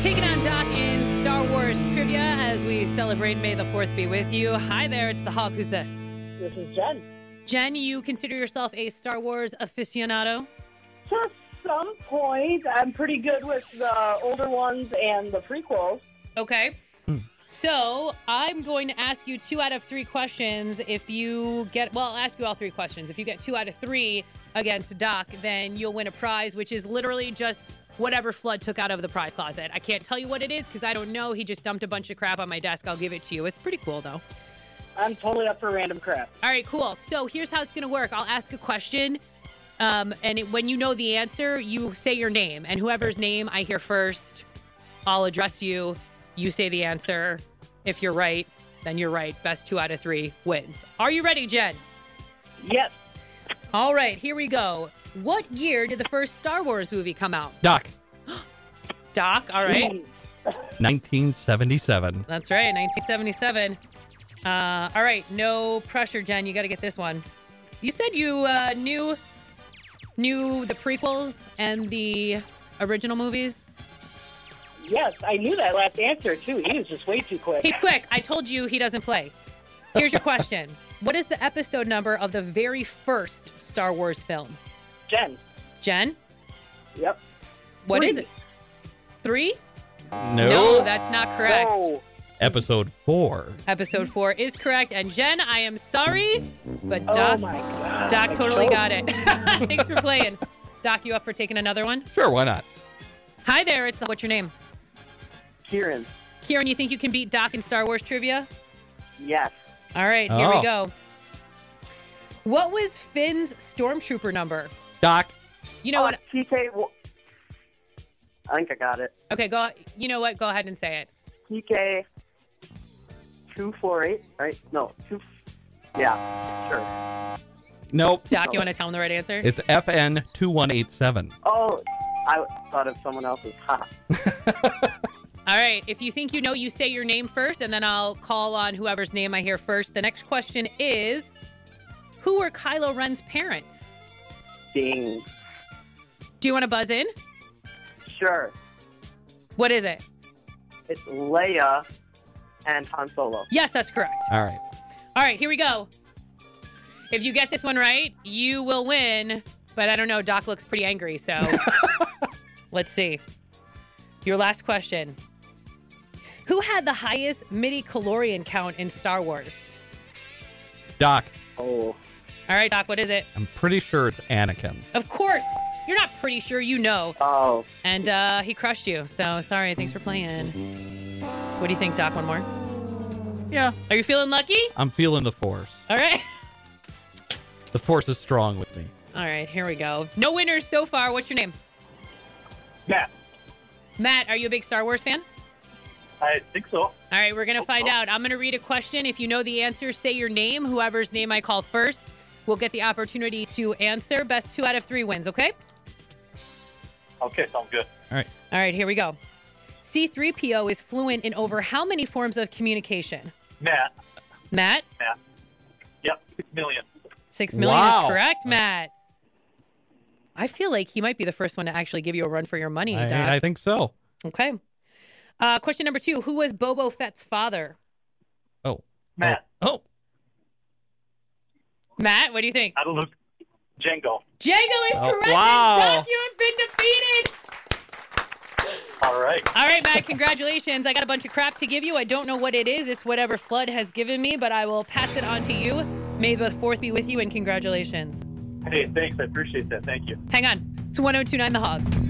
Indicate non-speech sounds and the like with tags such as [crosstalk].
Taking on Doc in Star Wars trivia as we celebrate May the 4th be with you. Hi there, it's the Hawk. Who's this? This is Jen. Jen, you consider yourself a Star Wars aficionado? To some point, I'm pretty good with the older ones and the prequels. Okay. So I'm going to ask you two out of three questions. If you get, well, I'll ask you all three questions. If you get two out of three against Doc, then you'll win a prize, which is literally just whatever Flood took out of the prize closet. I can't tell you what it is because I don't know. He just dumped a bunch of crap on my desk. I'll give it to you. It's pretty cool, though. I'm totally up for random crap. All right, cool. So here's how it's going to work. I'll ask a question, um, and it, when you know the answer, you say your name, and whoever's name I hear first, I'll address you. You say the answer. If you're right, then you're right. Best two out of three wins. Are you ready, Jen? Yes. All right, here we go. What year did the first Star Wars movie come out? Doc, Doc, all right. Mm. 1977. That's right, 1977. Uh, all right, no pressure, Jen. You got to get this one. You said you uh, knew knew the prequels and the original movies. Yes, I knew that last answer too. He was just way too quick. He's quick. I told you he doesn't play. Here's your question: What is the episode number of the very first Star Wars film? Jen. Jen, Yep. what is Three. it? Three? No. No, that's not correct. Whoa. Episode four. Episode four is correct. And Jen, I am sorry, but Oh Doc, my god. Doc totally got it. [laughs] Thanks for playing. Doc, you up for taking another one? Sure, why not? Hi there. It's what's your name? Kieran. Kieran, you think you can beat Doc in Star Wars trivia? Yes. All right, here we Oh. go. What was Finn's stormtrooper number? Doc, You Oh, know what? TK. wa- I think I got it. Okay, go. You know what? Go ahead and say it. TK. Two four eight. Right? No. Two. Yeah. Sure. nope. Doc, you want to tell him the right answer? It's FN 2187. Oh, I thought of someone else's. Ha. All right. If you think you know, you say your name first, and then I'll call on whoever's name I hear first. The next question is Who were Kylo Ren's parents? Ding. Do you want to buzz in? Sure. What is it? It's Leia and Han Solo. Yes, that's correct. All right. All right, here we go. If you get this one right, you will win. But I don't know. Doc looks pretty angry, so let's see. Your last question Who had the highest midi calorian count in Star Wars? Doc, Oh. All right, Doc, what is it? I'm pretty sure it's Anakin. Of course. You're not pretty sure you know. Oh. And uh, he crushed you. So sorry. Thanks for playing. What do you think, Doc? One more? Yeah. Are you feeling lucky? I'm feeling the force. All right. [laughs] The force is strong with me. All right. Here we go. No winners so far. What's your name? Yeah, Matt, are you a big Star Wars fan? I think so. All right, we're going to Oh, find out. I'm going to read a question. If you know the answer, say your name. Whoever's name I call first will get the opportunity to answer. Best two out of three wins, okay? Okay, sounds good. All right. All right, here we go. C3PO is fluent in over how many forms of communication? Matt, Matt, Matt. Yep, six million. six million Wow. is correct, Matt. I feel like he might be the first one to actually give you a run for your money, Doc. I, I think so. okay. Uh, question number two Who was Bobo Fett's father? Oh. Matt. Oh. Matt, what do you think? I don't know. Django. Django is Oh, correct. wow. And Doc, you have been defeated. All right. All right, Matt, congratulations. I got a bunch of crap to give you. I don't know what it is. It's whatever Flood has given me, but I will pass it on to you. May the 4th be with you, and congratulations. Hey, thanks. I appreciate that. Thank you. Hang on. It's 1029 The Hog.